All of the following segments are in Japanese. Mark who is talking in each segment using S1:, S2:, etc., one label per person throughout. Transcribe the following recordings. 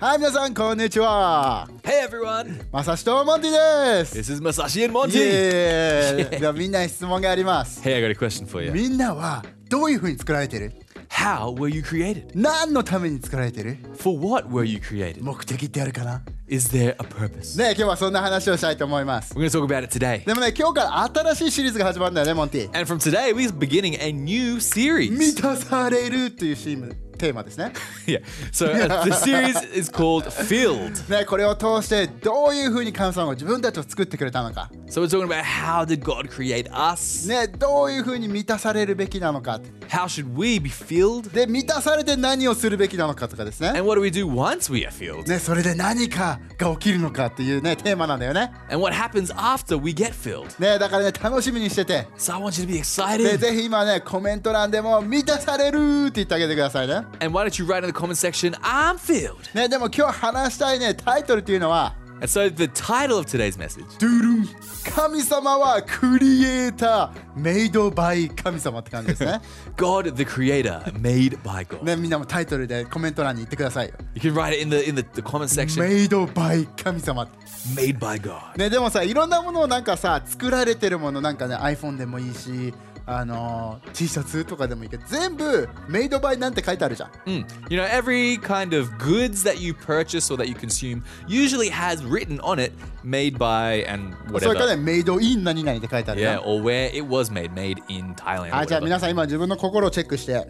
S1: はい、皆さん、こんにちは。
S2: Hey everyone,
S1: まさしとモンティです。
S2: this is Masashi and
S1: イ
S2: Monty.
S1: エーイではみんなに質問があります。
S2: Hey, I got a question for you.
S1: みんなはどういうふうに作られてる
S2: How were you created?
S1: 何のために作られてる
S2: For what were you created?
S1: 目的ってあるかなね
S2: Is there a purpose?
S1: 今日はそんな話をしたいと思います。
S2: We're going to talk about it today.
S1: でもね、今日から新しいシリーズが始まるんだよね、モンティ。
S2: And from today, we're beginning a new series.
S1: 満たされるというシームテーマですね。
S2: yeah. So uh, the series is called Filled.
S1: ね、これを通してどういうふうに神様が自分たちを作ってくれたのか、
S2: So we're talking about how did God create us?
S1: ね、どういうふうに満たされるべきなのか、
S2: How should we be filled?
S1: で、満たされて何をするべきなのかとかですね。
S2: And what do we do once we are filled?
S1: ね、それで何かが起きるのかっていうね、テーマなんだよね。
S2: And what happens after we get filled?
S1: ね、だからね、楽しみにしてて。
S2: So I want you to be
S1: で、
S2: excited.
S1: ぜひ今ね、コメント欄でも満たされるって言ってあげてくださいね。
S2: And why don't you write in the comment section, I'm filled.
S1: ね、でも今日話したいね、タイトルっていうのは、
S2: And so the title of today's message
S1: ドゥルン神様はクリエイター、メイドバイ神様って感じ ですね。
S2: God the Creator, made by God.
S1: ね、みんなもタイトルでコメント欄に言ってくださいよ。
S2: You can write it in the in the, the comment section.
S1: メイドバイ神様。
S2: Made by God.
S1: ね、でもさ、いろんなものをなんかさ、作られてるもの、なんかね、iPhone でもいいし、あのー、T シャツとかでもいいけど、全部メイドバイなんて書いてあるじゃん。
S2: Mm. You know, every kind of goods that you purchase or that you consume usually has written on it made by and
S1: それからね、
S2: whatever.
S1: メイドイン何々って書いてあるじゃん。
S2: Yeah, or where it was made, made in Thailand. or
S1: あ、じゃあ
S2: whatever.
S1: 皆さん今自分の心をチェックして、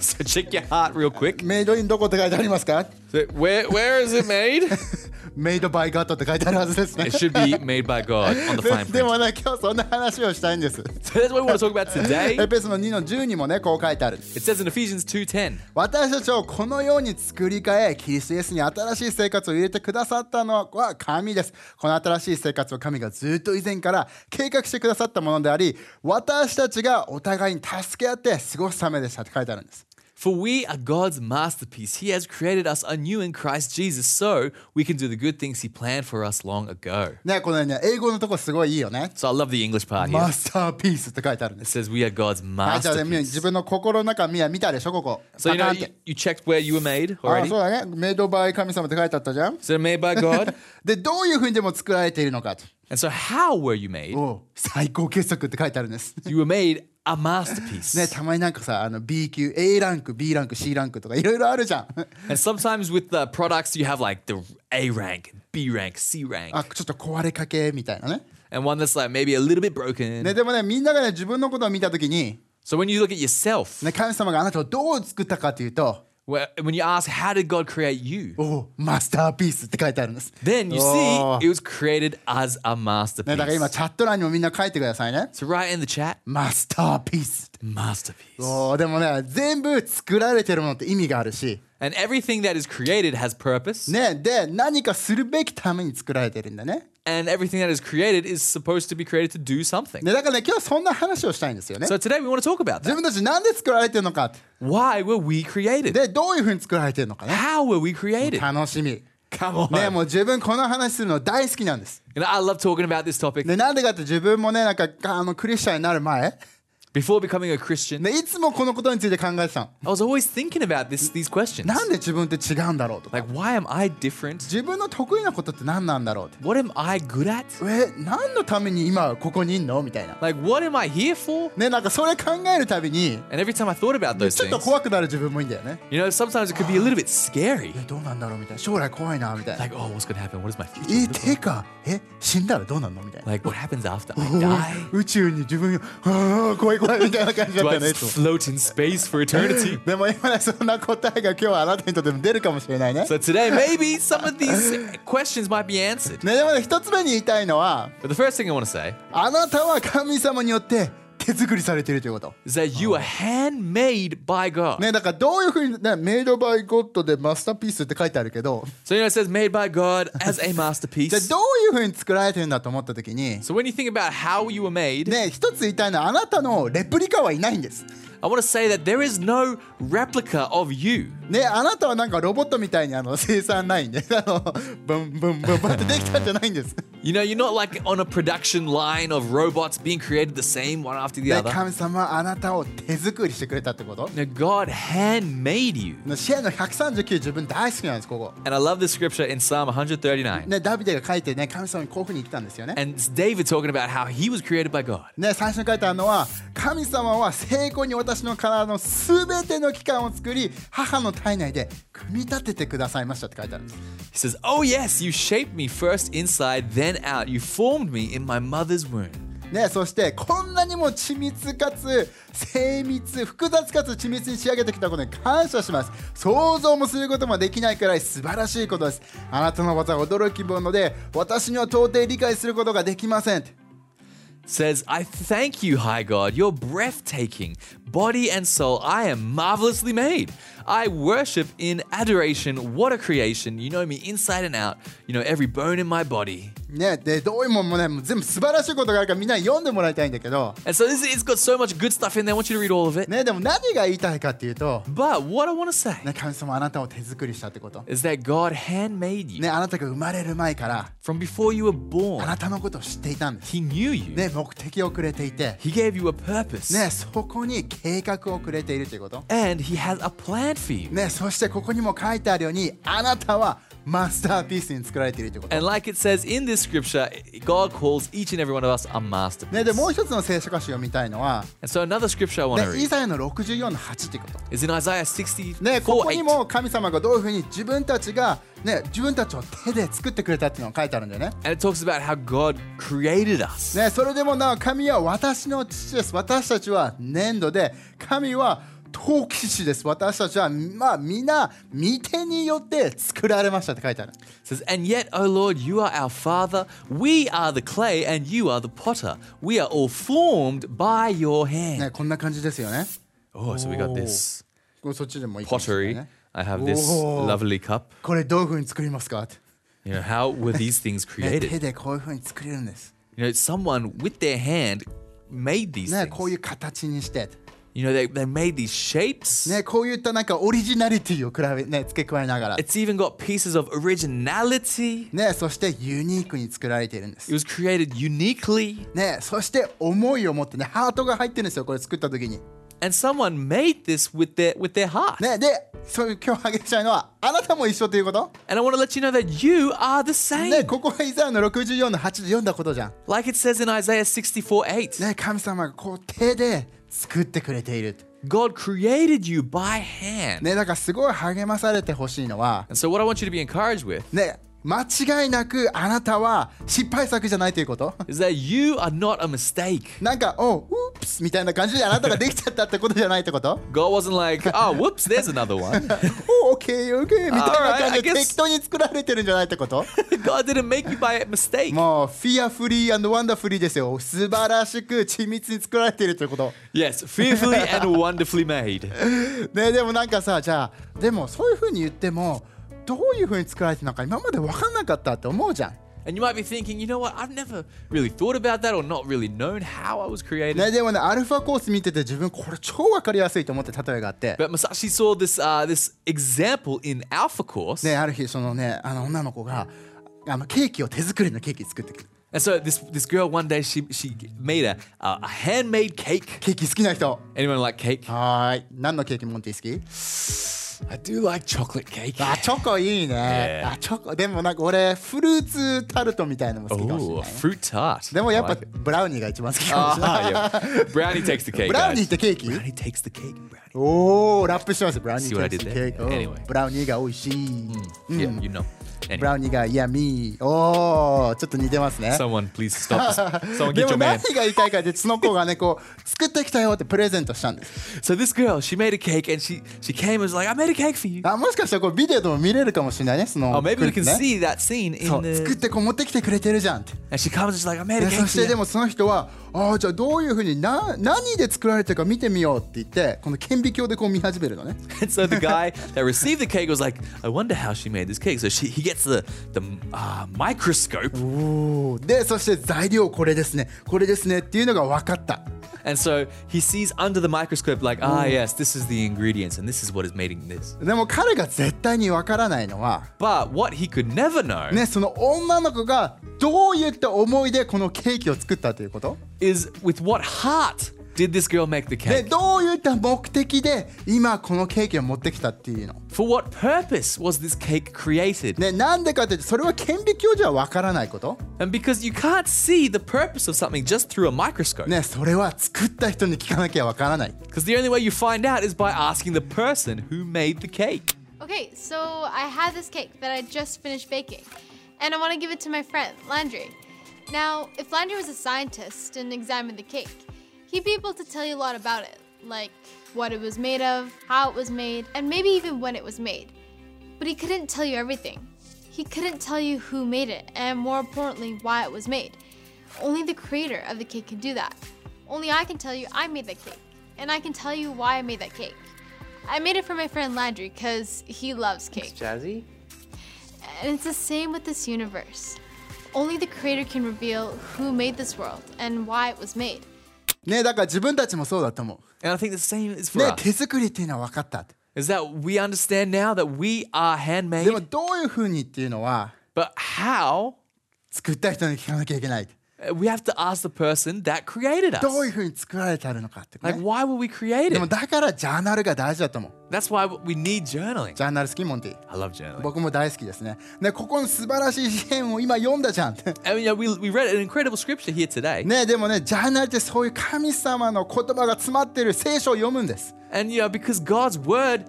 S2: So check your heart real quick.
S1: メイドインどこって書いてありますか
S2: So where where is it made?
S1: メイドバイガットって書いてあるはずですね
S2: it。should be made by God on the fine
S1: でで
S2: print.
S1: もね、今日そんな話をしたいんです。
S2: So that's what we want to talk about
S1: エ
S2: today.
S1: ペソの2の10にもね、こう書いてある。
S2: It says in Ephesians 2:10.
S1: 私たちをこのように作り変え、キリストイエスに新しい生活を入れてくださったのは神です。この新しい生活を神がずっと以前から計画してくださったものであり、私たちがお互いに助け合って過ごすためでしたって書いてあるんです。
S2: For we are God's masterpiece. He has created us anew in Christ Jesus so we can do the good things He planned for us long ago.
S1: ね、このね、英語のとこすごいいいよね。
S2: So I love the English part here.
S1: マスターピースって書いてあるんで
S2: It
S1: す。
S2: says we are God's
S1: はい、じゃあね、みんな
S2: masterpiece.
S1: 自分の心の中見や見たでしょ、ここ。
S2: So you
S1: パ
S2: know
S1: カンっ
S2: you,
S1: て
S2: you checked where you were made
S1: あ
S2: already.
S1: そうだね。メイドバイ神様って書いてあったじゃん。
S2: So made by God.
S1: で、どういうふうにでも作られているのかと。
S2: and so how were you made?
S1: おう最高傑作って書いてあるんです。
S2: You were made a masterpiece.
S1: ね、たまになんかさあの B 級 A ランク B ランク C ランクとかいろいろあるじゃん
S2: And sometimes with the products you have like the A rank, B rank, C rank,
S1: あちょっと壊れかけみたいなね
S2: and one that's like maybe a little bit broken.
S1: ねでもねみんながね自分のことを見た時に、
S2: So when you look at yourself,
S1: ね、神様があなたをどう作ったかというと
S2: where- when you ask how did God create you?
S1: おおマスターピースって書いてあるんです
S2: Then you
S1: お
S2: see
S1: ー
S2: it was created as a
S1: ね、だから今
S2: masterpiece.
S1: チャット欄にもみんな書いてくださいね
S2: So write in the chat,
S1: マスターピースって
S2: masterpiece.
S1: おおでもね全部作られてるものって意味があるし
S2: And everything that is created has purpose.
S1: ねで何かするべきために作られてるんだね
S2: And everything that is created is supposed to be created to do something.
S1: ねだからね今日そんな話をしたいんですよね
S2: So today we want to talk about that.
S1: 自分たちなんで作られてるのか
S2: Why were we created?
S1: でどういうふうに作られてるのかね
S2: How were we created?
S1: 楽しみ。
S2: Come on.
S1: ね、もう自分この話するの大好きなんです。
S2: You know, I love talking about this topic.
S1: で、なんでかって自分もね、なんかあのクリスチャンになる前、
S2: Before becoming a Christian,
S1: ね、いつもこのことについて考えてたの。
S2: I was always thinking about this these questions.
S1: なんで自分って違うんだろうとか、
S2: Like, why am I different?
S1: 自分の得意なことって何なんだろうって。
S2: What am I good at?
S1: え、何のために今ここにいんのみたいな。
S2: Like, what am I here for?
S1: ね、なんかそれ考えるたびに、
S2: And every time I thought about those
S1: ちょっと
S2: things,
S1: 怖くなる自分もいいんだよね。
S2: you know, sometimes it could be a little bit scary.
S1: え、どうなんだろうみたいな。将来怖いな、みたいな。
S2: like, oh, what's gonna happen? What is my future?
S1: え、
S2: look
S1: てか、え、死んだらどうなんのみたいな。
S2: Like, what happens after I die?
S1: 宇宙に自分、ああ、怖い怖いみたいな感じだっ
S2: Do
S1: た
S2: I
S1: よね、いつも
S2: just float in space for eternity?
S1: でも今ねそんな答えが今日はあなたにとっても出るかもしれないね。
S2: So today, maybe some of these questions might be answered.
S1: ねでもね一つ目に言いたいのは
S2: But the first thing I want to say
S1: あなたは神様によって手作りされているということ。
S2: is that you are handmade by God.
S1: ねだからどういうふうにねメイドバイゴッドでマスターピースって書いてあるけど
S2: So you know it says made by God as a
S1: じゃあ
S2: masterpiece.
S1: どういうふうに作られてるんだと思った時に
S2: So when you think about how you were made,
S1: ね一つ言いたいのはあなたのレプリカはいないんです。
S2: I want to say that there is no replica of you.
S1: ねあなたはなんかロボットみたいにあの 生産ラインであのブンブンブンブンってできたんじゃないんです
S2: You know, you're not like on a production line of robots being created the same one after the
S1: で
S2: other.
S1: 神様はあなたを手作りしてくれたってこと
S2: No, God handmade you.
S1: シェアの139自分大好きなんですここ
S2: And I love this scripture in Psalm 139.
S1: ねダビデが書いてね神様にこういうふうに言ったんですよね
S2: And it's David talking about how he was created by God.
S1: ね、最初に書いてあるのは神様は成功に私の体のすべての器官を作り母の体内で組み立ててくださいましたって書いてあるんです
S2: He says, Oh, yes, you shaped me first inside, then out. You formed me in my mother's womb.
S1: ね、そしてこんなにも緻密かつ精密複雑かつ緻密に仕上げてきたことに感謝します想像もすることもできないくらい素晴らしいことですあなたの技は驚きもので私には到底理解することができません
S2: Says, I thank you, high God. You're breathtaking. Body and soul, I am marvelously made. I worship in adoration. What a creation. You know me inside and out. You know every bone in my body.
S1: ね、でどういうもんもねもう全部素晴らしいことがあるからみんなに読んでもらいたいんだけど
S2: And so this, it's got so much good stuff in there. I want you to read all of it.
S1: ねでも何が言いたいかっていうと
S2: But what I want to say
S1: ね、神様あなたを手作りしたってこと。
S2: is that God handmade you
S1: ね、あなたが生まれる前から、
S2: from before you were
S1: あ
S2: born.
S1: なたのことを知っていたんです。
S2: He knew you.
S1: ね、目的をくれていて、
S2: He gave you a purpose.
S1: ね、そこに計画をくれているということ。
S2: And he has a plan for you.
S1: ね、そしてここにも書いてあるように、あなたはマスターピースに作られているということ。
S2: And like it says in this scripture, God calls each and every one of us a
S1: ね、で、もう
S2: masterpiece.
S1: 一つの聖書歌詞を見たいのは、
S2: And so another scripture I want to
S1: ね、イ
S2: read
S1: ザヤの64の8っていうこと。
S2: is in Isaiah
S1: ね、こ
S2: 64
S1: こに
S2: 8.
S1: も神様がどういうふうに自分たちが、ね、自分たちを手で作ってくれたっていうのが書いてあるんだよね。
S2: And it talks about how God created us.
S1: ね、それでもなお神は私の父です。私たちは粘土で、神は陶器師です。私たちは、まあ、皆、御手によって作られましたって書いてある。
S2: It says, And yet, O Lord, you are our Father. We are the clay, and you are the potter. We are all formed by your
S1: ね、
S2: hand.
S1: こんな感じですよね。
S2: Oh, so we got this
S1: これそっちでもいいかもしれ
S2: pottery.
S1: ないね
S2: I have this
S1: Whoa.
S2: lovely cup.
S1: これどういうふうに作りますかって、
S2: You know, how were these things
S1: ね、手
S2: created?
S1: でこういうふうに作れるんです。
S2: You know, someone with their hand made these
S1: ね、こうい
S2: things.
S1: う形にして、
S2: You know, they, they made these shapes.
S1: ね、こういったなんかオリジナリティを比べ、ね、付け加えながら、
S2: It's even got pieces of originality.
S1: ね、そしてユニークに作られているんで
S2: It
S1: す。
S2: was created uniquely,
S1: ね、そして思いを持ってね、ハートが入ってるんですよ、これ作った時に。
S2: and someone made this with their with their heart.
S1: ね、で、そういう今日挙げたいのは、あなたも一緒ということ、
S2: And I want to let you know that you are the same.
S1: ね、ここはイザヤの64の8で読んだことじゃん。
S2: Like it says in Isaiah 64 8.
S1: ね、神様がこう手で作ってくれている。
S2: God created you by hand.
S1: ね、だからすごい励まされてほしいのは、
S2: And so what I want you to be encouraged with
S1: ね、間違いなくあなたは失敗作じゃないということ。
S2: is that you are not a mistake.
S1: なんか、おう、ウープスみたいな感じであなたができちゃったってことじゃないってこと
S2: God wasn't like, oh whoops, there's another one.
S1: おう、オッケー、オッケーみたいな感じ
S2: Alright, I
S1: で
S2: guess-
S1: 適当に作られてるんじゃないってこと
S2: God didn't make you by mistake.
S1: もう、フィアフリーワンダフリーですよ。素晴らしく緻密に作られているということ。
S2: Yes, fearfully and wonderfully made.
S1: ねでもなんかさじゃあでもそういう風に言ってもどういう風に作られてるのか今まで分かんなかったって思うじゃん。
S2: And you might be thinking, you know what, I've never really thought about that or not really known how I was created.
S1: ねでもねアルファコース見てて自分これ超分かりやすいと思って例えがあって。
S2: But Masashi saw this uh, this example in Alpha Course,
S1: ねある日そのねあの女の子があのケーキを手作りのケーキ作ってくる。
S2: and so this this girl one day she she made a uh, a handmade cake.
S1: ケーキ好きな人。
S2: Anyone like cake?
S1: はーい。何のケーキモンティ好き
S2: I do like chocolate cake.
S1: あ、チョコいいね。
S2: Yeah.
S1: あ、チョコ。でもなんか俺、フルーツタルトみたいなのも好きかもしれ
S2: Ooh, a
S1: ないね。
S2: fruit tart.
S1: でもやっ
S2: I
S1: ぱ
S2: like it.
S1: ブラウニーが一番好きかもしれない。
S2: Ah, yeah. Brownie takes the cake.
S1: ブラウニーっ
S2: guys.
S1: てケーキ
S2: Brownie takes the cake. Brownie.
S1: おー、ラップしてます。ブラウニ
S2: See what I
S1: ー
S2: did
S1: ケー
S2: there?
S1: キ。おー
S2: Anyway.
S1: ブラウニーが美味しい。
S2: Yeah, you know.
S1: ブ
S2: Anyway,
S1: ラウニーがイヤミー。おー、ちょっと似てますね。
S2: someone please stop. us. Someone
S1: で
S2: get
S1: も
S2: your
S1: 何
S2: man.
S1: が言いたいかって、その子がね、こう、作ってきたよってプレゼントしたんです。
S2: So this girl, she made a cake and she she came and was like, I made a cake for you.
S1: あもしかしたらこうビデオでも見れるかもしれないね、その。
S2: Oh, maybe we can
S1: ね
S2: see that scene
S1: そ
S2: in
S1: う作っ
S2: the.
S1: てこう持ってきてくれてるじゃんって。
S2: And she comes and she's like, I made a
S1: でそ
S2: cake for
S1: してで
S2: you.
S1: もその人は「ああじゃあどういうふうにな何で作られてるか見てみよう」って言ってこの顕微鏡でこう見始めるのね。
S2: And so the guy that received the cake was like, I wonder how she made this cake. So she, he gets the, the uh, microscope.
S1: でそして材料これですねこれですねっていうのが分かった。
S2: And so he sees under the microscope, like, ah, yes, this is the ingredients and this is what is making this.
S1: でも彼が絶対にわからないのは
S2: But what he could never know
S1: ねその女の子がどういった思いでこのケーキを作ったということ、
S2: is with what heart did this girl make the
S1: で
S2: cake?
S1: どういった目的で今このケーキを持ってきたっていうの
S2: For what purpose was this cake created?
S1: ねなんでかというとそれは顕微鏡じゃわからないこと、
S2: And because you can't see the purpose of something just through a microscope.
S1: ね、それは作った人に聞かなきゃわからない
S2: Because the only way you find out is by asking the person who made the cake.
S3: Okay, so I had this cake that I just finished baking, and I want to give it to my friend, Landry. Now, if Landry was a scientist and examined the cake, he'd be able to tell you a lot about it, like what it was made of, how it was made, and maybe even when it was made. But he couldn't tell you everything. He couldn't tell you who made it, and more importantly, why it was made. Only the creator of the cake can do that. Only I can tell you I made that cake, and I can tell you why I made that cake. I made it for my friend Landry because he loves cake.
S4: Jazzy?
S3: And it's the same with this universe. Only the creator can reveal who made this world and why it was made.
S1: ねだから自分たちもそうだと思
S2: And I think the same is
S1: う
S2: for
S1: ね
S2: us.
S1: 手作りっていうのは分かったって
S2: Is that we understand now that we are
S1: でも
S2: handmade,
S1: どういうふうにっていうのは
S2: but how?
S1: 作った人に聞かなきゃいけない
S2: Uh, We have to ask the person that created
S1: どうい
S2: us.
S1: うふうに作られてあるのかって、
S2: Like,
S1: ね、
S2: why were we
S1: でも
S2: created?
S1: だからジャーナルが大事だと思う
S2: That's why we need journaling.
S1: ジャーナル好きモンティ
S2: I love journaling.
S1: 僕も大好きですね。ね、ここの素晴らしい詩篇を今読んだじゃん。
S2: I mean, yeah, we, we read an incredible scripture here today.
S1: ね、でもね、ジャーナルってそういう神様の言葉が詰まってる聖書を読むんです。
S2: And, you know, because God's word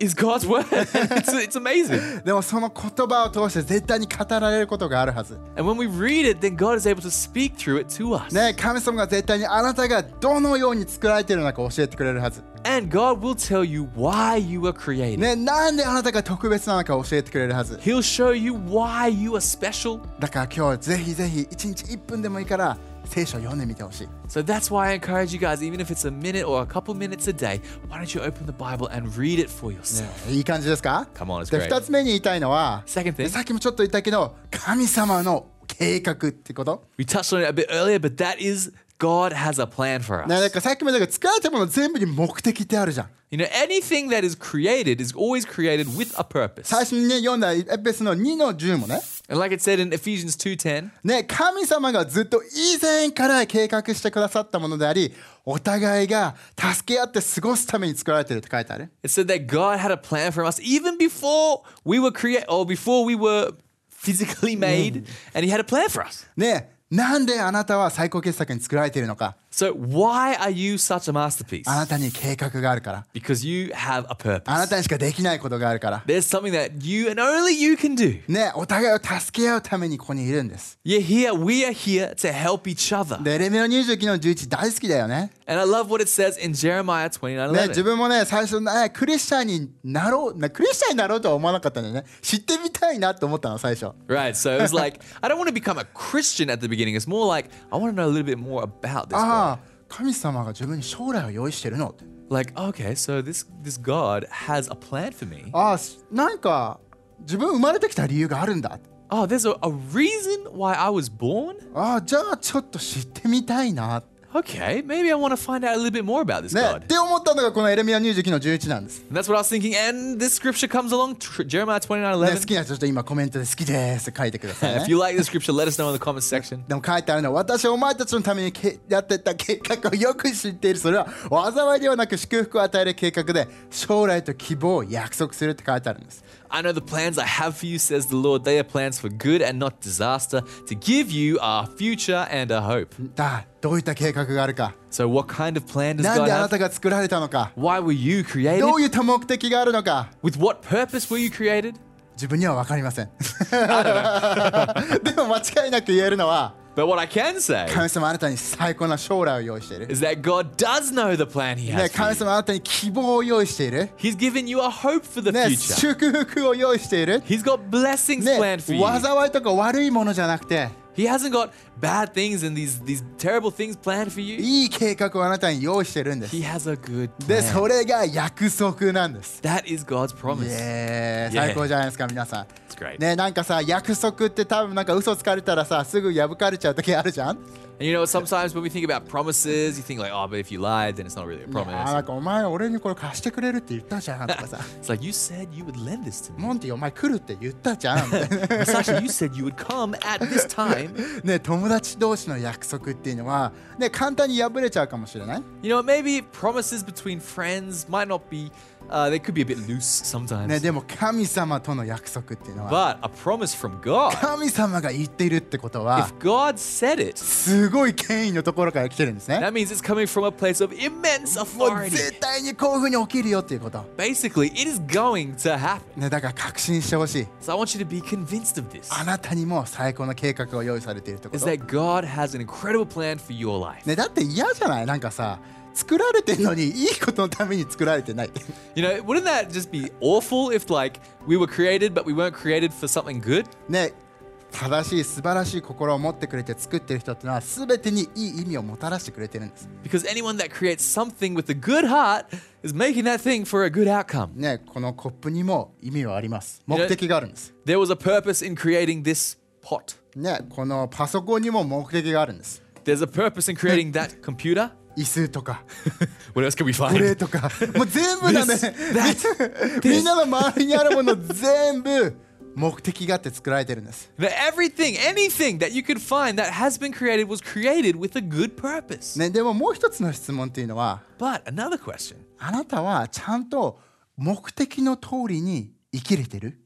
S2: is God's word, it's, it's amazing.
S1: でもその言葉を通して絶対に語られることがあるはず。
S2: And when we read it, then God is able to speak through it to us.
S1: ね、神様が絶対にあなたがどのように作られているのか教えてくれるはず。
S2: And God will tell you why you were created.
S1: ね、なんであなたが特別なのか教えてくれるはず。
S2: He'll show you why you are special.
S1: だから今日ぜひぜひ1日1分でもいいから聖書を読んでみてほしい。
S2: So that's why I encourage you guys, even if it's a minute or a couple minutes a day, why don't you open the Bible and read it for yourself?
S1: いい感じですか
S2: Come on, it's
S1: で
S2: great.
S1: 2つ目に言いたいのは
S2: Second thing.
S1: さっきもちょっと言ったけど神様の計画ってこと。
S2: We touched on it a bit earlier, but that is God has a plan for us.
S1: ね、なんかさっきも言ったけど作られたもの全部に目的ってあるじゃん。
S2: You know, anything that is created is always created with a purpose.
S1: 最初にね読んだエペスの2の10もね
S2: And like it said in Ephesians 2:10,
S1: ね神様がずっと以前から計画してくださったものでありお互いが助け合って過ごすために作られてるって書いてある。
S2: it said that God had a plan for us even before we were created or before we were physically made, and he had a plan for us.
S1: ねなんであなたは最高傑作に作られているのか
S2: So why are you such a masterpiece?
S1: あなたに計画があるから
S2: Because you have a
S1: あな
S2: purpose.
S1: たにしかできないことがあるから
S2: There's something that you and only you can do.
S1: ねお互いを助け合うためにここにいるんです。
S2: You're here, we are here to help each other.
S1: でレミオ29の11大好きだよね。
S2: And I love what it says in Jeremiah 29
S1: ね、自
S2: 11.
S1: 分もね最初ねクリスチャンになろうなクリスチャンになろうとは思わなかったんだよね知ってみたいなと思ったの最初
S2: Right, so it was like, I don't want to become a Christian at the beginning. It's more like, I want to know a little bit more about this.
S1: ああ神様が自分に将来を用意してるのって
S2: God. Like, okay, so this, this God has a plan for me.
S1: ああすなんか自分生まれてきた理由があるんだ
S2: Oh, there's a, a reason why I was born?
S1: ああじゃあちょっと知ってみたいな
S2: Okay, maybe I want to find out a little bit more about this
S1: ね
S2: God.
S1: って思ったのがこのエレミア29の11なんです、ね、
S2: And that's what I was thinking. And this scripture comes along, tr- Jeremiah 29
S1: 好
S2: 11.
S1: きな人ちょっと今コメントで好きですって書いてくださ
S2: If
S1: い、
S2: you
S1: ね
S2: like the scripture, let us know in the comments section.
S1: でも書いてあるのは私はお前たちのためにけやってた計画をよく知っているそれは災いではなく祝福を与える計画で将来と希望を約束するって書いてあるんです
S2: I know the plans I have for you, says the Lord. They are plans for good and not disaster, to give you a future and a hope.
S1: だどういった計画があるか
S2: So, what kind of plan does
S1: なん
S2: God
S1: であなた
S2: have?
S1: が作られたのか
S2: Why were you created?
S1: どういった目的があるのか
S2: With what purpose were you created?
S1: 自分には分かりません でも間違いなく言えるのは
S2: But what I can say
S1: 神様あなたに最高な将来を用意している、ね、
S2: is that God does know the plan He has.
S1: 神
S2: For you.
S1: 様あなたに希望を用意している、
S2: He's given you a hope for the
S1: ね、
S2: future.
S1: 祝福を用意している、
S2: He's got blessings
S1: ね
S2: planned、for you.
S1: 災いとか悪いものじゃなくて
S2: He hasn't got bad things and these, these terrible things planned for you.
S1: いい計画をあなたに用意してるんです
S2: He has a good
S1: でそ
S2: plan.
S1: れが約束なんです
S2: That is God's
S1: イ
S2: promise.
S1: エーイ
S2: Yeah.
S1: 最高じゃないですか皆さん
S2: It's great.
S1: ねなんかさ約束って多分なんか嘘つかれたらさすぐ破かれちゃう時あるじゃん
S2: And you know, sometimes when we think about promises, you think like, oh, but if you lied, then it's not really
S1: あ
S2: a
S1: ーなん
S2: promise.
S1: かお前俺にこれ貸してくれるって言ったじゃんとかさ
S2: It's like you said you would lend this to me.
S1: モンティお前来るって言ったじゃん みたいな
S2: Sasha, you said you would come at this time.
S1: ね友達同士の約束っていうのはね簡単に破れちゃうかもしれない
S2: You know, maybe promises between friends might not be, uh, they could be a bit loose sometimes.
S1: ねでも神様との約束っていうのは
S2: But a promise from God,
S1: 神様が言っているってことは
S2: if God said it,
S1: すごい権威のところから来てるんですね
S2: that means it's coming from a place of immense
S1: もう
S2: authority.
S1: 絶対にこういうふうに起きるよっていうこと
S2: Basically, it is going to happen.
S1: ねだから確信してほしい
S2: So I want you to be convinced of this.
S1: あなたにも最高の計画を用意されているってこ
S2: Is
S1: と
S2: that God has an incredible plan for your life.
S1: ねだって嫌じゃないなんかさ作られてんのにいいことのために作られてない
S2: You know, wouldn't that just be awful if like we were created but we weren't created for something good?
S1: ね正しい素晴らしい心を持ってくれて作ってる人ってのは全てにいい意味をもたらしてくれてるんです
S2: Because anyone that creates something with a good heart is making that thing for a good outcome.
S1: ねこのコップにも意味はあります
S2: ね
S1: 目的があるんです
S2: There was a purpose in creating this pot.
S1: ねこのパソコンにも目的があるんです
S2: There's a purpose in creating that computer.
S1: 椅子とか
S2: What else can we
S1: これ
S2: find?
S1: とかもう全部だね
S2: This, that,
S1: みんなの周りにあるもの全部目的があって作られてるんです
S2: That everything, anything that you could find that has been created was created with a good purpose.
S1: ねでももう一つの質問っていうのは
S2: But another question.
S1: あなたはちゃんと目的の通りに生きれてる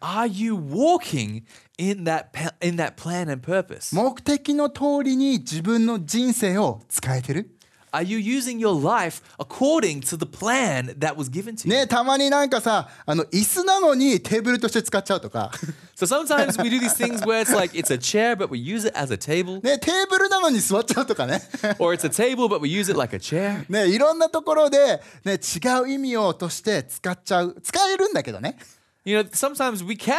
S2: Are you walking in that pa- in that plan and purpose?
S1: 目的の通りに自分の人生を使えてる
S2: Are you using your life according to the plan that was given to you?
S1: ねたまになんかさあの椅子なのにテーブルとして使っちゃうとか
S2: So sometimes we do these things where it's like it's a chair but we use it as a table
S1: ねテーブルなのに座っちゃうとかね
S2: or it's a table but we use it like a chair.
S1: ねいろんなところで、ね、違う意味をとして使っちゃう使えるんだけどね
S2: You know, sometimes we can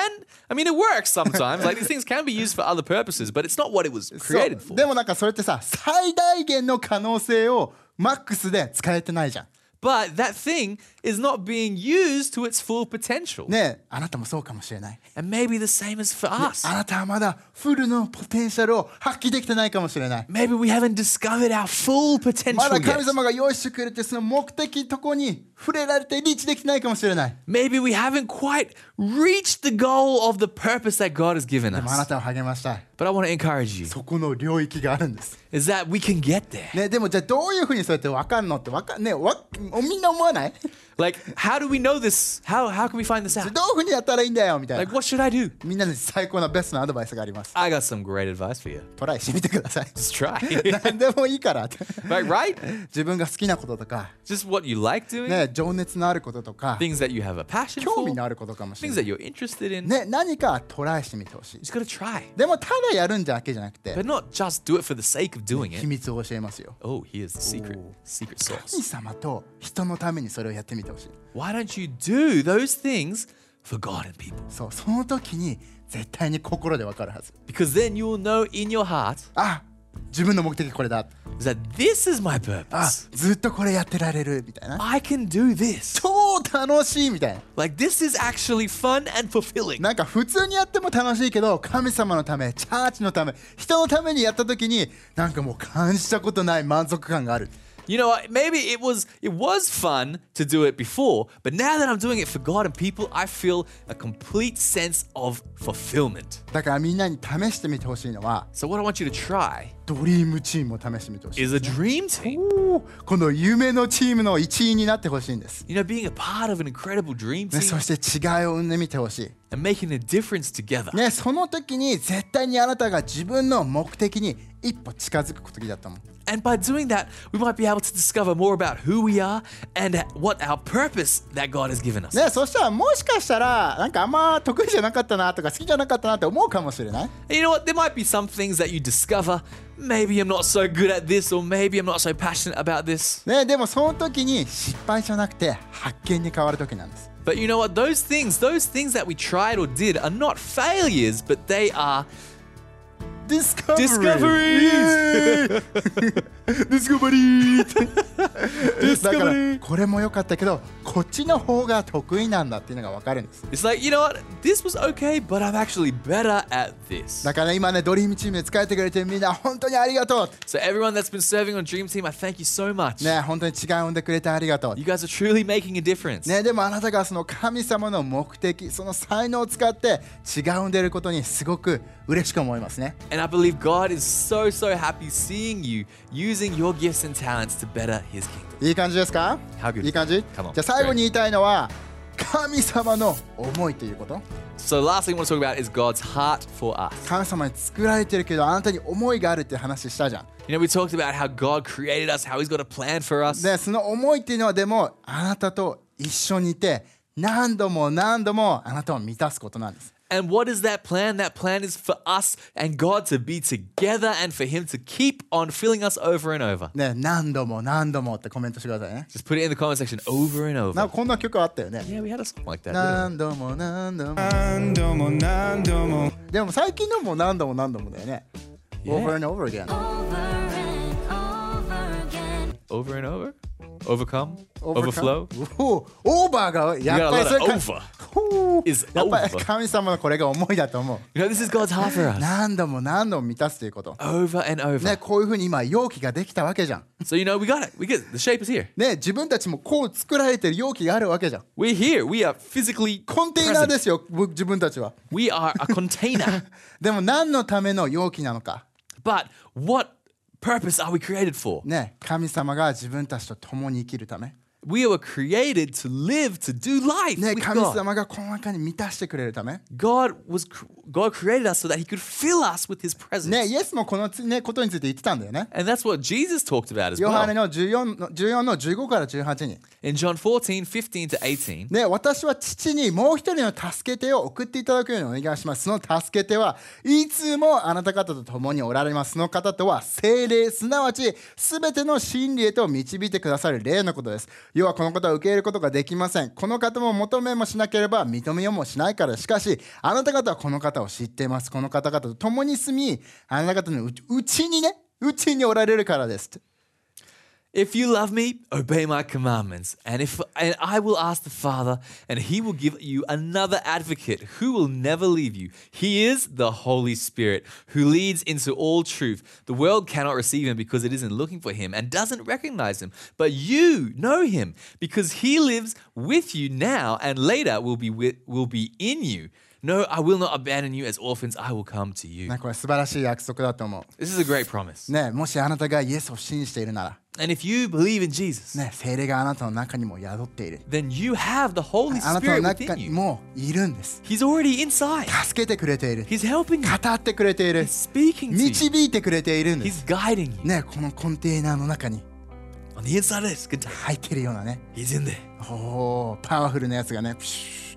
S2: I mean it works sometimes. Like these things can be used for other purposes, but it's not what it was
S1: そう
S2: created for.
S1: でもなんかそれってさ最大限の可能性をマックスで使えてないじゃん
S2: But that thing is not being used to its full potential.
S1: ねあなたもそうかもしれない
S2: And maybe the same is for us.
S1: あなたはまだフルのポテンシャルを発揮できてないかもしれない。
S2: Maybe we haven't discovered our full
S1: ま
S2: potential
S1: だ
S2: yet.
S1: 神様が用意してくれてその目的とこに触れられてリーチできてないかもしれない。
S2: Maybe we haven't quite reached the goal of the purpose that God has given
S1: でもあな
S2: us.
S1: たを励ましたい。
S2: But I want to encourage you
S1: そこの領域があるんです。
S2: is that we can get there.
S1: ね、でもじゃあどういうふうにそうやって分かるのってわかねわみんな思わない
S2: Like, how do we know this? How how can we find this
S1: どう
S2: out?
S1: いうふうにやったらいいんだよみたい
S2: Like,
S1: な。
S2: what should I do?
S1: みんなに最高なベストなアドバイスがあります。
S2: I got some great advice for you.
S1: トライしてみてくだ さい。
S2: Just try.
S1: 何でもいいからって。
S2: like, right?
S1: 自分が好きなこととか、
S2: Just what you like doing,
S1: ね、情熱のあることとか、
S2: things that you have a passion
S1: 興
S2: for,
S1: 味のあることかもしれ
S2: things
S1: な
S2: that
S1: い。
S2: you're interested in.
S1: ね、何かトライしてみてほしい。
S2: Just gotta try.
S1: でもただやるんだけじゃなくて
S2: But not just do it for the sake of doing
S1: 秘
S2: it.
S1: 密を教えますよ。
S2: Oh, here's the secret,
S1: Ooh.
S2: secret
S1: 神
S2: sauce.
S1: 様と人のためにそれをやってみてほしい。
S2: Why don't you do those things for God and people?
S1: そう、その時に絶対に心でわかるはず。
S2: Because then you will know in your heart
S1: あ、自分の目的これだ。
S2: is that this is my
S1: あ
S2: purpose.、
S1: ずっとこれやってられるみたいな。
S2: I can do this.
S1: 超楽しいみたいな。
S2: Like this is actually fun and fulfilling.
S1: なんか普通にやっても楽しいけど、神様のため、チャーチのため、人のためにやった時に、なんかもう感じたことない満足感がある。
S2: You know, what, maybe it was it was fun to do it before, but now that I'm doing it for God and people, I feel a complete sense of fulfillment.
S1: だからみんなに試してみてほしいのは、
S2: So what I want you to try
S1: ドリームチームを試してみてほしい。
S2: is a dream team.
S1: おーこの夢のチームの一員になってほしいんです、
S2: You know, being a part of an incredible dream
S1: ね、
S2: team
S1: そして違いを生んでみてほし
S2: and making a difference together.
S1: い、ね、その時に絶対にあなたが自分の目的に一歩近づく時だと思う
S2: And by doing that, we might be able to discover more about who we are and what our purpose that God has given us.
S1: ね、そしたらもしかしたらなんかあんま得意じゃなかったなとか好きじゃなかったなって思うかもしれない、
S2: And you know what? There might be some things that you discover. Maybe I'm not so good at this, or maybe I'm not so passionate about this.
S1: ね、でもその時に失敗じゃなくて発見に変わる時なんです
S2: But you know what? Those things, those things that we tried or did are not failures, but they are
S1: Discovery!
S2: Discoveries!
S1: ディスカバリーだから
S2: Discovery!
S1: これも良かったけどこっちの方が得意なんだっていうのが分かるんです
S2: It's like, you know what? This was okay, but I'm actually better at this.
S1: だから今ねドリームチームで使えてくれてるみんな本当にありがと
S2: So everyone that's been serving on Dream Team, I thank you so much.
S1: うね本当に違いを生んでくれてありがとう
S2: You guys are truly making a difference.
S1: ね、でもあなたがその神様の目的その才能を使って違うんでることにすごく嬉しく思いますね
S2: And I believe God is so, so happy seeing you using your gifts and talents to better his kingdom.
S1: いい感じですか
S2: How good.
S1: いい感じ
S2: Come on.
S1: じゃあ最後に言いたいのは神様の思いということ
S2: So, last thing I want to talk about is God's heart for us.
S1: 神様に作られてるけどあなたに思いがあるって話したじゃん
S2: You know, we talked about how God created us, how he's got a plan for us.
S1: でその思いっていうのはでもあなたと一緒にいて何度も何度もあなたを満たすことなんです
S2: And what is that plan? That plan is for us and God to be together and for him to keep on filling us over and over.
S1: ね何度も何度もってコメントしてくださいね
S2: Just put it in the comment section over and over.
S1: なんかこんな曲あったよね
S2: Yeah, we had a song like that. didn't we?
S1: 何度も何度も
S4: Andomo, nandomo.
S1: でも最近のも何度も何度もだよね。
S2: Yeah.
S1: Over and over again.
S5: Over and over again.
S2: Over and over? Overcome?
S1: Overcome-
S2: Overflow?
S1: おうオーバーがやっぱり
S2: You
S1: そ
S2: got a lot
S1: れ
S2: of
S1: か
S2: over
S1: ほう
S2: is
S1: やっぱり
S2: over.
S1: 神様のこれが思いだと思う。
S2: You know, this is God's heart for us.
S1: 何度も何度も満たすということ。
S2: Over and over.
S1: ね、こういうふうに今容器ができたわけじゃん。
S2: So, you know, we got it. We get The shape is here.
S1: ね、自分たちもこう作られてる容器があるわけじゃん。
S2: We're here. We are physically
S1: コンテナー
S2: present.
S1: ですよ、僕自分たちは。
S2: We are a container.
S1: でも何のための容器なのか。
S2: but what purpose are we created for?
S1: ね、神様が自分たちと共に生きるため。
S2: We were created to live, to do life
S1: ね、
S2: with
S1: 神
S2: God.
S1: 様がこの中に満たしてくれるため。
S2: God was cr- God created us so that He could fill us with His presence.
S1: ね、イエスもこのつ、ね、ことについて言ってたんだよね。
S2: And that's what Jesus talked about as
S1: ヨハネ
S2: well.
S1: の14の ,14 の15から18に、
S2: In John 14, 15 to 18,
S1: ね、私は父にもう一人の助け手を送っていただくようにお願いします。その助け手はいつもあなた方と共におられます。その方とは精霊、すなわち全ての真理へと導いてくださる霊のことです。要はこのことは受け入れることができません。この方も求めもしなければ認めようもしないから。しかし、あなた方はこの方を知っています。この方々と共に住み、あなた方のうちうちにね、うちにおられるからです。
S2: If you love me, obey my commandments. And if and I will ask the Father, and he will give you another advocate who will never leave you. He is the Holy Spirit, who leads into all truth. The world cannot receive him because it isn't looking for him and doesn't recognize him. But you know him because he lives with you now and later will be with, will be in you. No, I will not abandon you as orphans. I will come to you.
S1: ね、これ素晴らしい約束だと思う。
S2: This is a great promise.
S1: ね、もしあなたがイエスを信じているなら、
S2: And if you believe in Jesus,
S1: ね、精霊があなたの中にも宿っている。
S2: then you have the Holy
S1: あなたの
S2: Spirit
S1: 中
S2: within
S1: に
S2: you.
S1: もいるんです。
S2: He's already inside.
S1: 助けてくれている。
S2: He's helping you.
S1: 語ってくれている
S2: He's。speaking to you.
S1: 導いてくれているんで
S2: He's
S1: す。
S2: guiding you.
S1: ね、このコンテーナーの中に
S2: On the inside of this container,
S1: 入ってるようなね、
S2: he's in there.
S1: おーパワフルなやつがね、プシュ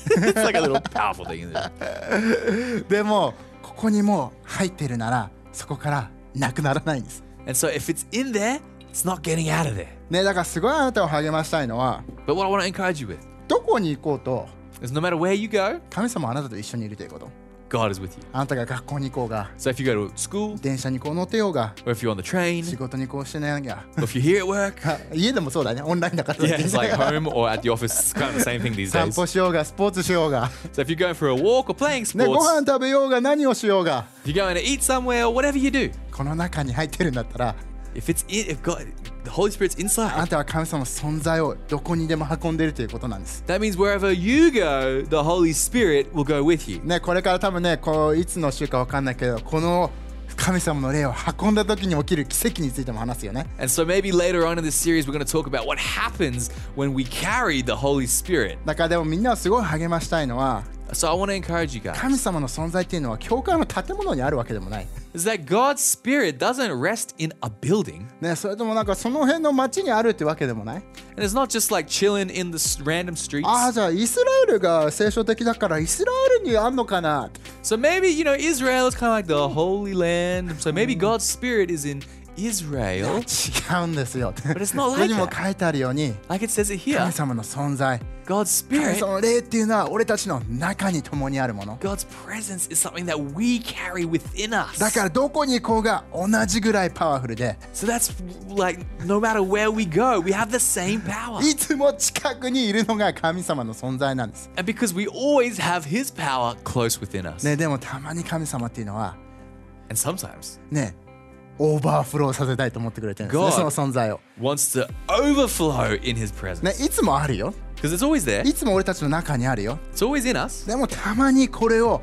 S2: It's like a little powerful thing in there.
S1: ーでも、ここにもう入ってるなら、そこからなくならないんです。
S2: And so if it's in there, it's not getting out of there.
S1: ね、だからすごいあなたを励ましたいのは、
S2: But what I want to encourage you with
S1: どこに行こうと、
S2: is no matter where you go,
S1: 神様はあなたと一緒にいるということ。
S2: God is with you.
S1: あなたが学校に行こうが、
S2: So if you go to school,
S1: 電車にこう乗ってようが、
S2: or if you're on the train,
S1: 仕事にこうしてなきゃ
S2: or if you're here at work,
S1: 家でもそうだねオンラインだから、
S2: yeah, it's like home or at the office, it's kind of the same thing these
S1: 散
S2: days.
S1: 歩しようがスポーツしようが、
S2: So if you're going for a walk or playing
S1: ね、ご
S2: sports,
S1: 飯食べようが何をしようが
S2: if you're going to eat somewhere or whatever you do,
S1: この中に入ってるんだったら
S2: if it's in, if God, the Holy Spirit's
S1: あな
S2: inside,
S1: たは神様の存在をどこにでも運んでるということなんです。
S2: that means wherever you go, the Holy Spirit will go with you.
S1: ね、これから多分ねこういつの週かわかんないけどこの神様の霊を運んだ時に起きる奇跡についても話すよね。
S2: And so maybe later on in this series, we're going to talk about what happens when we carry the Holy Spirit.
S1: だからでもみんなをすごい励ましたいのは
S2: So I want to encourage you guys
S1: 神様の存在っていうのは教会の建物にあるわけでもない。
S2: is that God's Spirit doesn't rest in a building,
S1: ね、それともなんかその辺の町にあるってわけでもない。
S2: and it's not just like chilling in the s- random streets.
S1: ああじゃあイスラエルが聖書的だからイスラエルにあんのかな
S2: So maybe you know Israel is kind of like the Holy Land. So maybe God's Spirit is in Israel.
S1: 違うんですよ
S2: But it's not
S1: こ
S2: like
S1: こにも
S2: that.
S1: 書いてあるように
S2: Like it says it here
S1: 神様の存在
S2: God's
S1: 神
S2: Spirit,
S1: 様の霊っていうのは俺たちの中に共にあるもの
S2: God's presence is something that we carry within us.
S1: だからどこに行こうが同じぐらいパワフルで
S2: So that's like no matter where we go, we have the same power.
S1: いつも近くにいるのが神様の存在なんです、
S2: And because we always have His power close within us.
S1: ね、でもたまに神様っていうのは
S2: And sometimes
S1: ねオーバーフローさせたいと思ってくれてるんです
S2: God
S1: ねその存在を、
S2: wants to overflow in His
S1: ね
S2: presence.、
S1: いつもあるよ
S2: Because it's always there,
S1: いつも俺たちの中にあるよ
S2: it's always in us.
S1: でもたまにこれを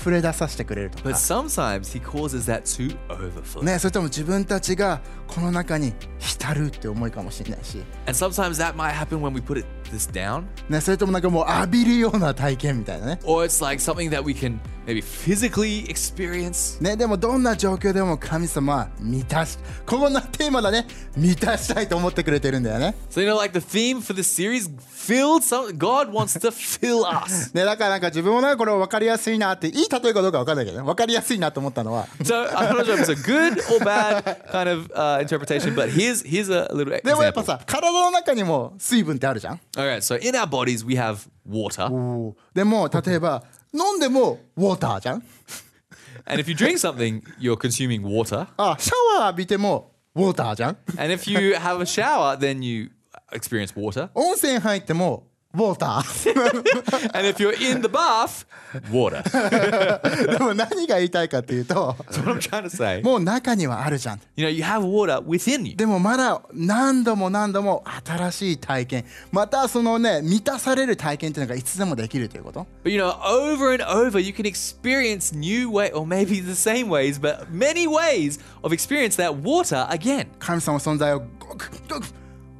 S1: 溢れ出させてくれると
S2: But
S1: か、
S2: sometimes He causes that to overflow.
S1: ね、それとも自分たちがこの中に浸るって思いかもしれないし、
S2: And sometimes that might happen when we put it this down,
S1: ね、それともなんかもう浴びるような体験みたいなね
S2: or it's like something that we can maybe physically experience.
S1: ね、でもどんな状況でも神様は満たしここのテーマだね満たしたいと思ってくれてるんだよね
S2: So you know, like the theme for this series, filled. Some God wants to fill us.
S1: ねだからなんか自分もなんかこれ分かりやすいなっていい例えかどうか分かんないけどね分かりやすいなと思ったのは
S2: So I'm not sure if it's a good or bad kind of uh, interpretation, but here's here's a little
S1: でもやっぱ
S2: example.
S1: さ体の中にも水分ってあるじゃん
S2: All right, so in our bodies we have water,
S1: でも例えば飲んでもウォーターじゃん
S2: and if you drink something, you're consuming water,
S1: あシャワー浴びてもウォーターじゃん
S2: and if you have a shower, then you experience water,
S1: 温泉入ってもウォーター
S2: and if you're in the bath, water. That's
S1: でも何が言いたいかっていうと
S2: what I'm trying to say.
S1: もう中にはあるじゃん
S2: You know, you have water within you.
S1: でもまだ何度も何度も新しい体験またそのね満たされる体験っていうのがいつでもできるということ
S2: But you know, over and over, you can experience new way, or maybe the same ways, but many ways of experience that water again.
S1: 神様の存在をごくごく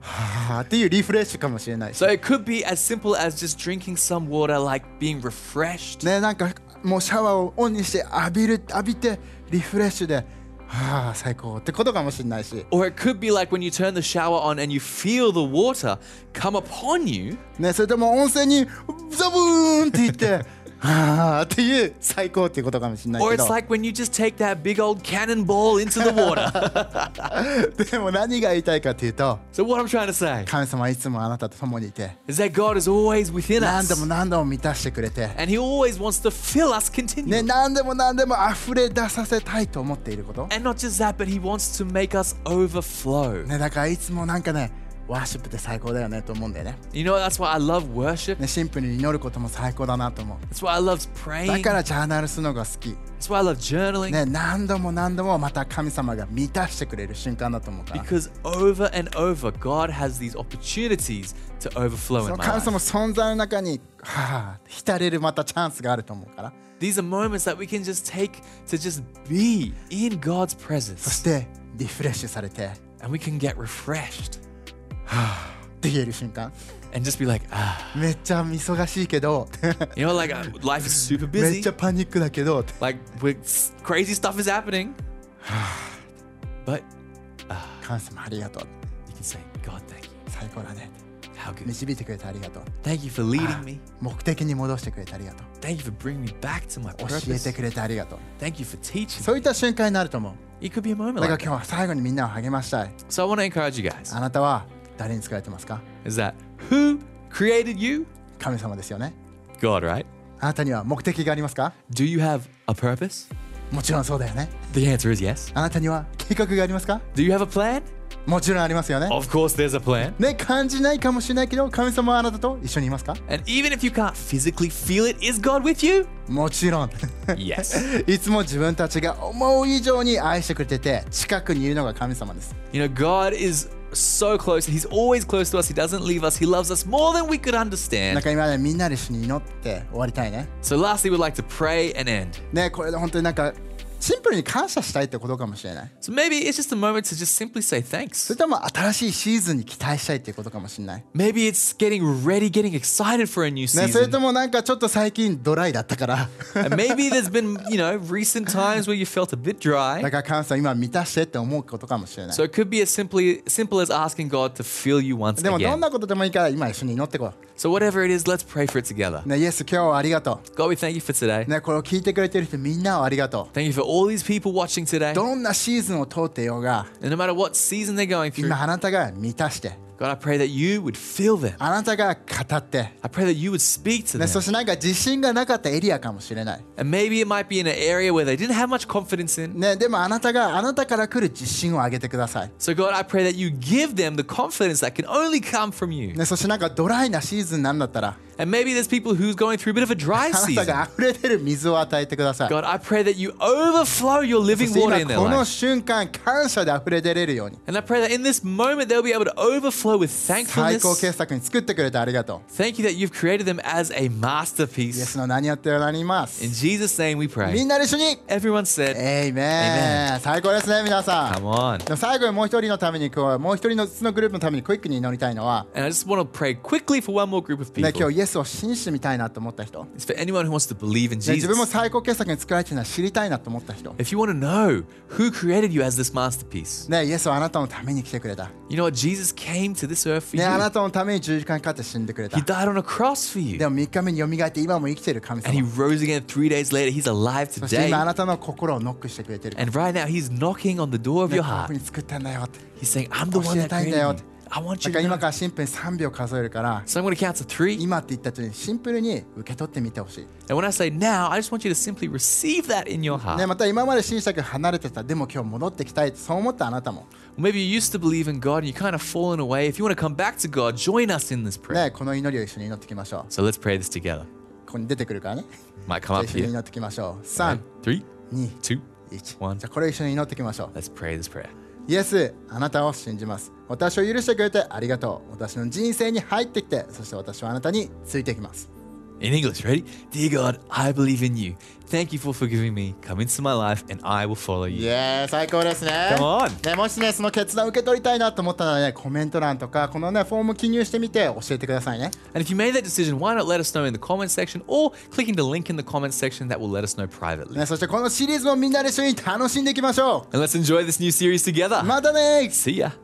S1: はあっていうリフレッシュかもしれないし
S2: So it could be as simple as just drinking some water, like being refreshed.
S1: ねなんかもうシャワーをオンにして浴びる浴びてリフレッシュではあ最高ってことかもしれないし
S2: Or it could be like when you turn the shower on and you feel the water come upon you.
S1: ねそれとも温泉にザブーンって言ってはあっていう最高っていうことかもしれない
S2: Or
S1: け
S2: it's
S1: ど
S2: like when you just take that big old cannonball into the water.
S1: でも何が言いたいかっていうと
S2: so, what I'm trying to say
S1: 神様はいつもあなたと共にいて
S2: is that God is always within
S1: 何度も
S2: us.
S1: 何度も満たしてくれて
S2: And He always wants to fill us continually.
S1: ね、何でも何でも溢れ出させたいと思っていること、
S2: And not just that, but He wants to make us overflow.
S1: ね、だからいつもなんかねワーシップって最高だよねと思うんだよね
S2: You know, that's why I love worship.
S1: ねシンプルに祈ることも最高だなと思う
S2: That's why I love
S1: だ
S2: praying.
S1: か
S2: That's
S1: らジャーナルするのが好き、
S2: why I love journaling.
S1: ね、何度も何度もまた神様が満たしてくれる瞬間だと思うからそ
S2: Because over and over, God has these opportunities to overflow
S1: の
S2: in my
S1: 神様
S2: life.
S1: の存在の中にはあ浸れるまたチャンスがあると思うから
S2: These are moments that we can just take to just be in God's
S1: そし
S2: presence
S1: てリフレッシュされて
S2: and we can get refreshed
S1: って言える瞬間
S2: and just be like, ah,
S1: めっちゃ忙しいけど
S2: you know, like uh, life is super
S1: めっ
S2: busy.
S1: ちゃパニックだけど
S2: Like we're, s- crazy stuff is happening. But
S1: 神様ありがとう
S2: you can say, God, thank you.
S1: 最高だね
S2: How good.
S1: 導いてくれてありがとう
S2: Thank you for leading me.
S1: 目的に戻してくれてありがとう
S2: Thank you for bringing me back to my
S1: 教え
S2: purpose.
S1: てくれてありがとう
S2: Thank you for teaching.
S1: そういった瞬間になると思う
S2: It could be a Ah.
S1: だ
S2: moment
S1: から
S2: like that.
S1: 今日は最後にみんなを励ましたい
S2: So I want to encourage you guys
S1: あなたは誰に使われてますか
S2: is that who created you?
S1: 神様ですよね
S2: God, right?
S1: あなたには目的がありますか
S2: Do you have a purpose?
S1: もちろんそうだよね
S2: The answer is yes.
S1: あなたには計画がありますか
S2: Do you have a plan?
S1: もちろんありますよね
S2: Of course, there's a plan.
S1: ね感じないかもしれないけど神様はあなたと一緒にいますか
S2: And even if you can't physically feel it, is God with you?
S1: もちろん
S2: Yes.
S1: いつも自分たちが思う以上に愛してくれてて近くにいるのが神様です
S2: You know, God is so close. He's always close to us. He doesn't leave us. He loves us more than we could
S1: だ
S2: understand.
S1: から今ねみんなで一緒に祈って終わりたいね
S2: So, lastly, we'd like to pray and end.
S1: ねこれで本当になんかシンプルに感謝したいってことかもしれない
S2: So, maybe it's just a moment to just simply say thanks.
S1: それとも新しいシーズンに期待したいっていうことかもしれない、ね
S2: Maybe it's getting ready, getting excited for a new
S1: それ
S2: season.
S1: ともなんかちょっと最近ドライだったから
S2: And maybe there's been, you know, recent times where you felt a bit dry.
S1: だから神様今満たしてって思うことかもしれない
S2: So it could be as simply simple as asking God to fill you once
S1: でもどん
S2: again.
S1: なことでもいいから今一緒に祈ってこ
S2: So whatever it is, let's pray for it together.
S1: うねイエス今日はありがと
S2: God, we thank you for today.
S1: うねこれを聞いてくれてる人みんなをありがとう
S2: Thank you for all these people watching today.
S1: どんなシーズンを通ってようが
S2: And no matter what season they're going through,
S1: 今あなたが満たして
S2: God, I pray that you would fill them.
S1: あなたが語って、
S2: I pray that you would speak to
S1: ね、
S2: them.
S1: そしてなんか自信がなかったエリアかもしれない、
S2: And maybe it might be in an area where they didn't have much confidence in.
S1: ね、でもあなたがあなたから来る自信をあげてください、
S2: So, God, I pray that you give them the confidence that can only come from you.
S1: ね、そしてなんかドライなシーズンなんだったら
S2: And maybe there's people who's going through a bit of a dry
S1: あなた
S2: season.
S1: が溢れてる水を与えてください
S2: God, I pray that you overflow your
S1: そ
S2: living
S1: して
S2: water in
S1: 今
S2: their
S1: この
S2: life.
S1: 瞬間感謝で溢れ出れるように
S2: And I pray that in this moment they'll be able to overflow with
S1: 最高
S2: thankfulness.
S1: 傑作に作ってくれてありがと
S2: Thank you that you've created them as a
S1: うイエス
S2: masterpiece.
S1: の何やってるなります
S2: In Jesus' name we
S1: み
S2: pray.
S1: んなで一緒に
S2: Everyone said,
S1: エイメン最高ですね皆さん
S2: Come on.
S1: でも最後にもう一人のためにこうもう一人のそのグループのためにクイックに祈りたいのは、
S2: And I just want to pray quickly for one more group of
S1: ね、今
S2: people.
S1: 日イエスを信じてみたいなと思った人、ね、
S2: It's for anyone who wants to believe in
S1: 自分も
S2: Jesus.
S1: 最高傑作に作られてるのは知りたいなと思った人、
S2: If you want to know who created you as this masterpiece,
S1: ね、イエスはあなたのために来てくれた、
S2: you know what? Jesus came to this earth for
S1: ね、あな
S2: you.
S1: たのために十字架にかかって死んでくれた
S2: He died on a cross for
S1: で
S2: you.
S1: も3日目によみがえって今も生きてる神
S2: And he
S1: 様
S2: rose again three days later. He's alive
S1: そして今あ
S2: today.
S1: なたの心をノックしてくれてる、ね、
S2: And right now, he's knocking on the door of
S1: こうい
S2: your
S1: うふ
S2: heart.
S1: うに作ったんだよって。
S2: He's saying, I'm the one
S1: 教え
S2: that
S1: たいん
S2: created
S1: だよっ
S2: you.
S1: て
S2: I want
S1: だ
S2: you
S1: から今
S2: to know.
S1: からシンプルに3秒数えるから
S2: So I'm going to count to three.
S1: 今って言った時にシンプルに受け取ってみてほしい、
S2: And when I say now, I just want you to simply receive that in your
S1: ね、
S2: heart.
S1: また今まで信じたけど離れてたでも今日戻ってきたいってそう思ったあなたも、
S2: Maybe you used to believe in God and you kind of fallen away. If you want to come back to God, join us in this prayer.
S1: ね、この祈りを一緒に祈っていきましょ
S2: So let's pray this together.
S1: うここに出てくるからね
S2: Might come up
S1: 一緒に祈
S2: here.
S1: っていきましょう
S2: One,
S1: 321
S2: three, two,
S1: じゃ
S2: one.
S1: あこれを一緒に祈っていきましょう
S2: Let's pray this prayer.
S1: イエスあなたを信じます私を許してくれてありがとう私の人生に入ってきてそして私はあなたについていきます
S2: In English, ready? Dear God, I believe in you. Thank you for forgiving me. Come into my life and I will follow
S1: イ
S2: you.
S1: エーイ最高ですね
S2: Come on.
S1: ね、もしね、その決断を受け取りたいなと思ったらね、コメント欄とか、このね、フォーム記入してみて教えてくださいね。
S2: And if you made that decision, why not let us know in the comment section or clicking the link in the comment section that will let us know privately.
S1: ね、そしてこのシリーズもみんなで一緒に楽しんでいきましょ
S2: And let's enjoy this new series together.
S1: うまたね
S2: See ya.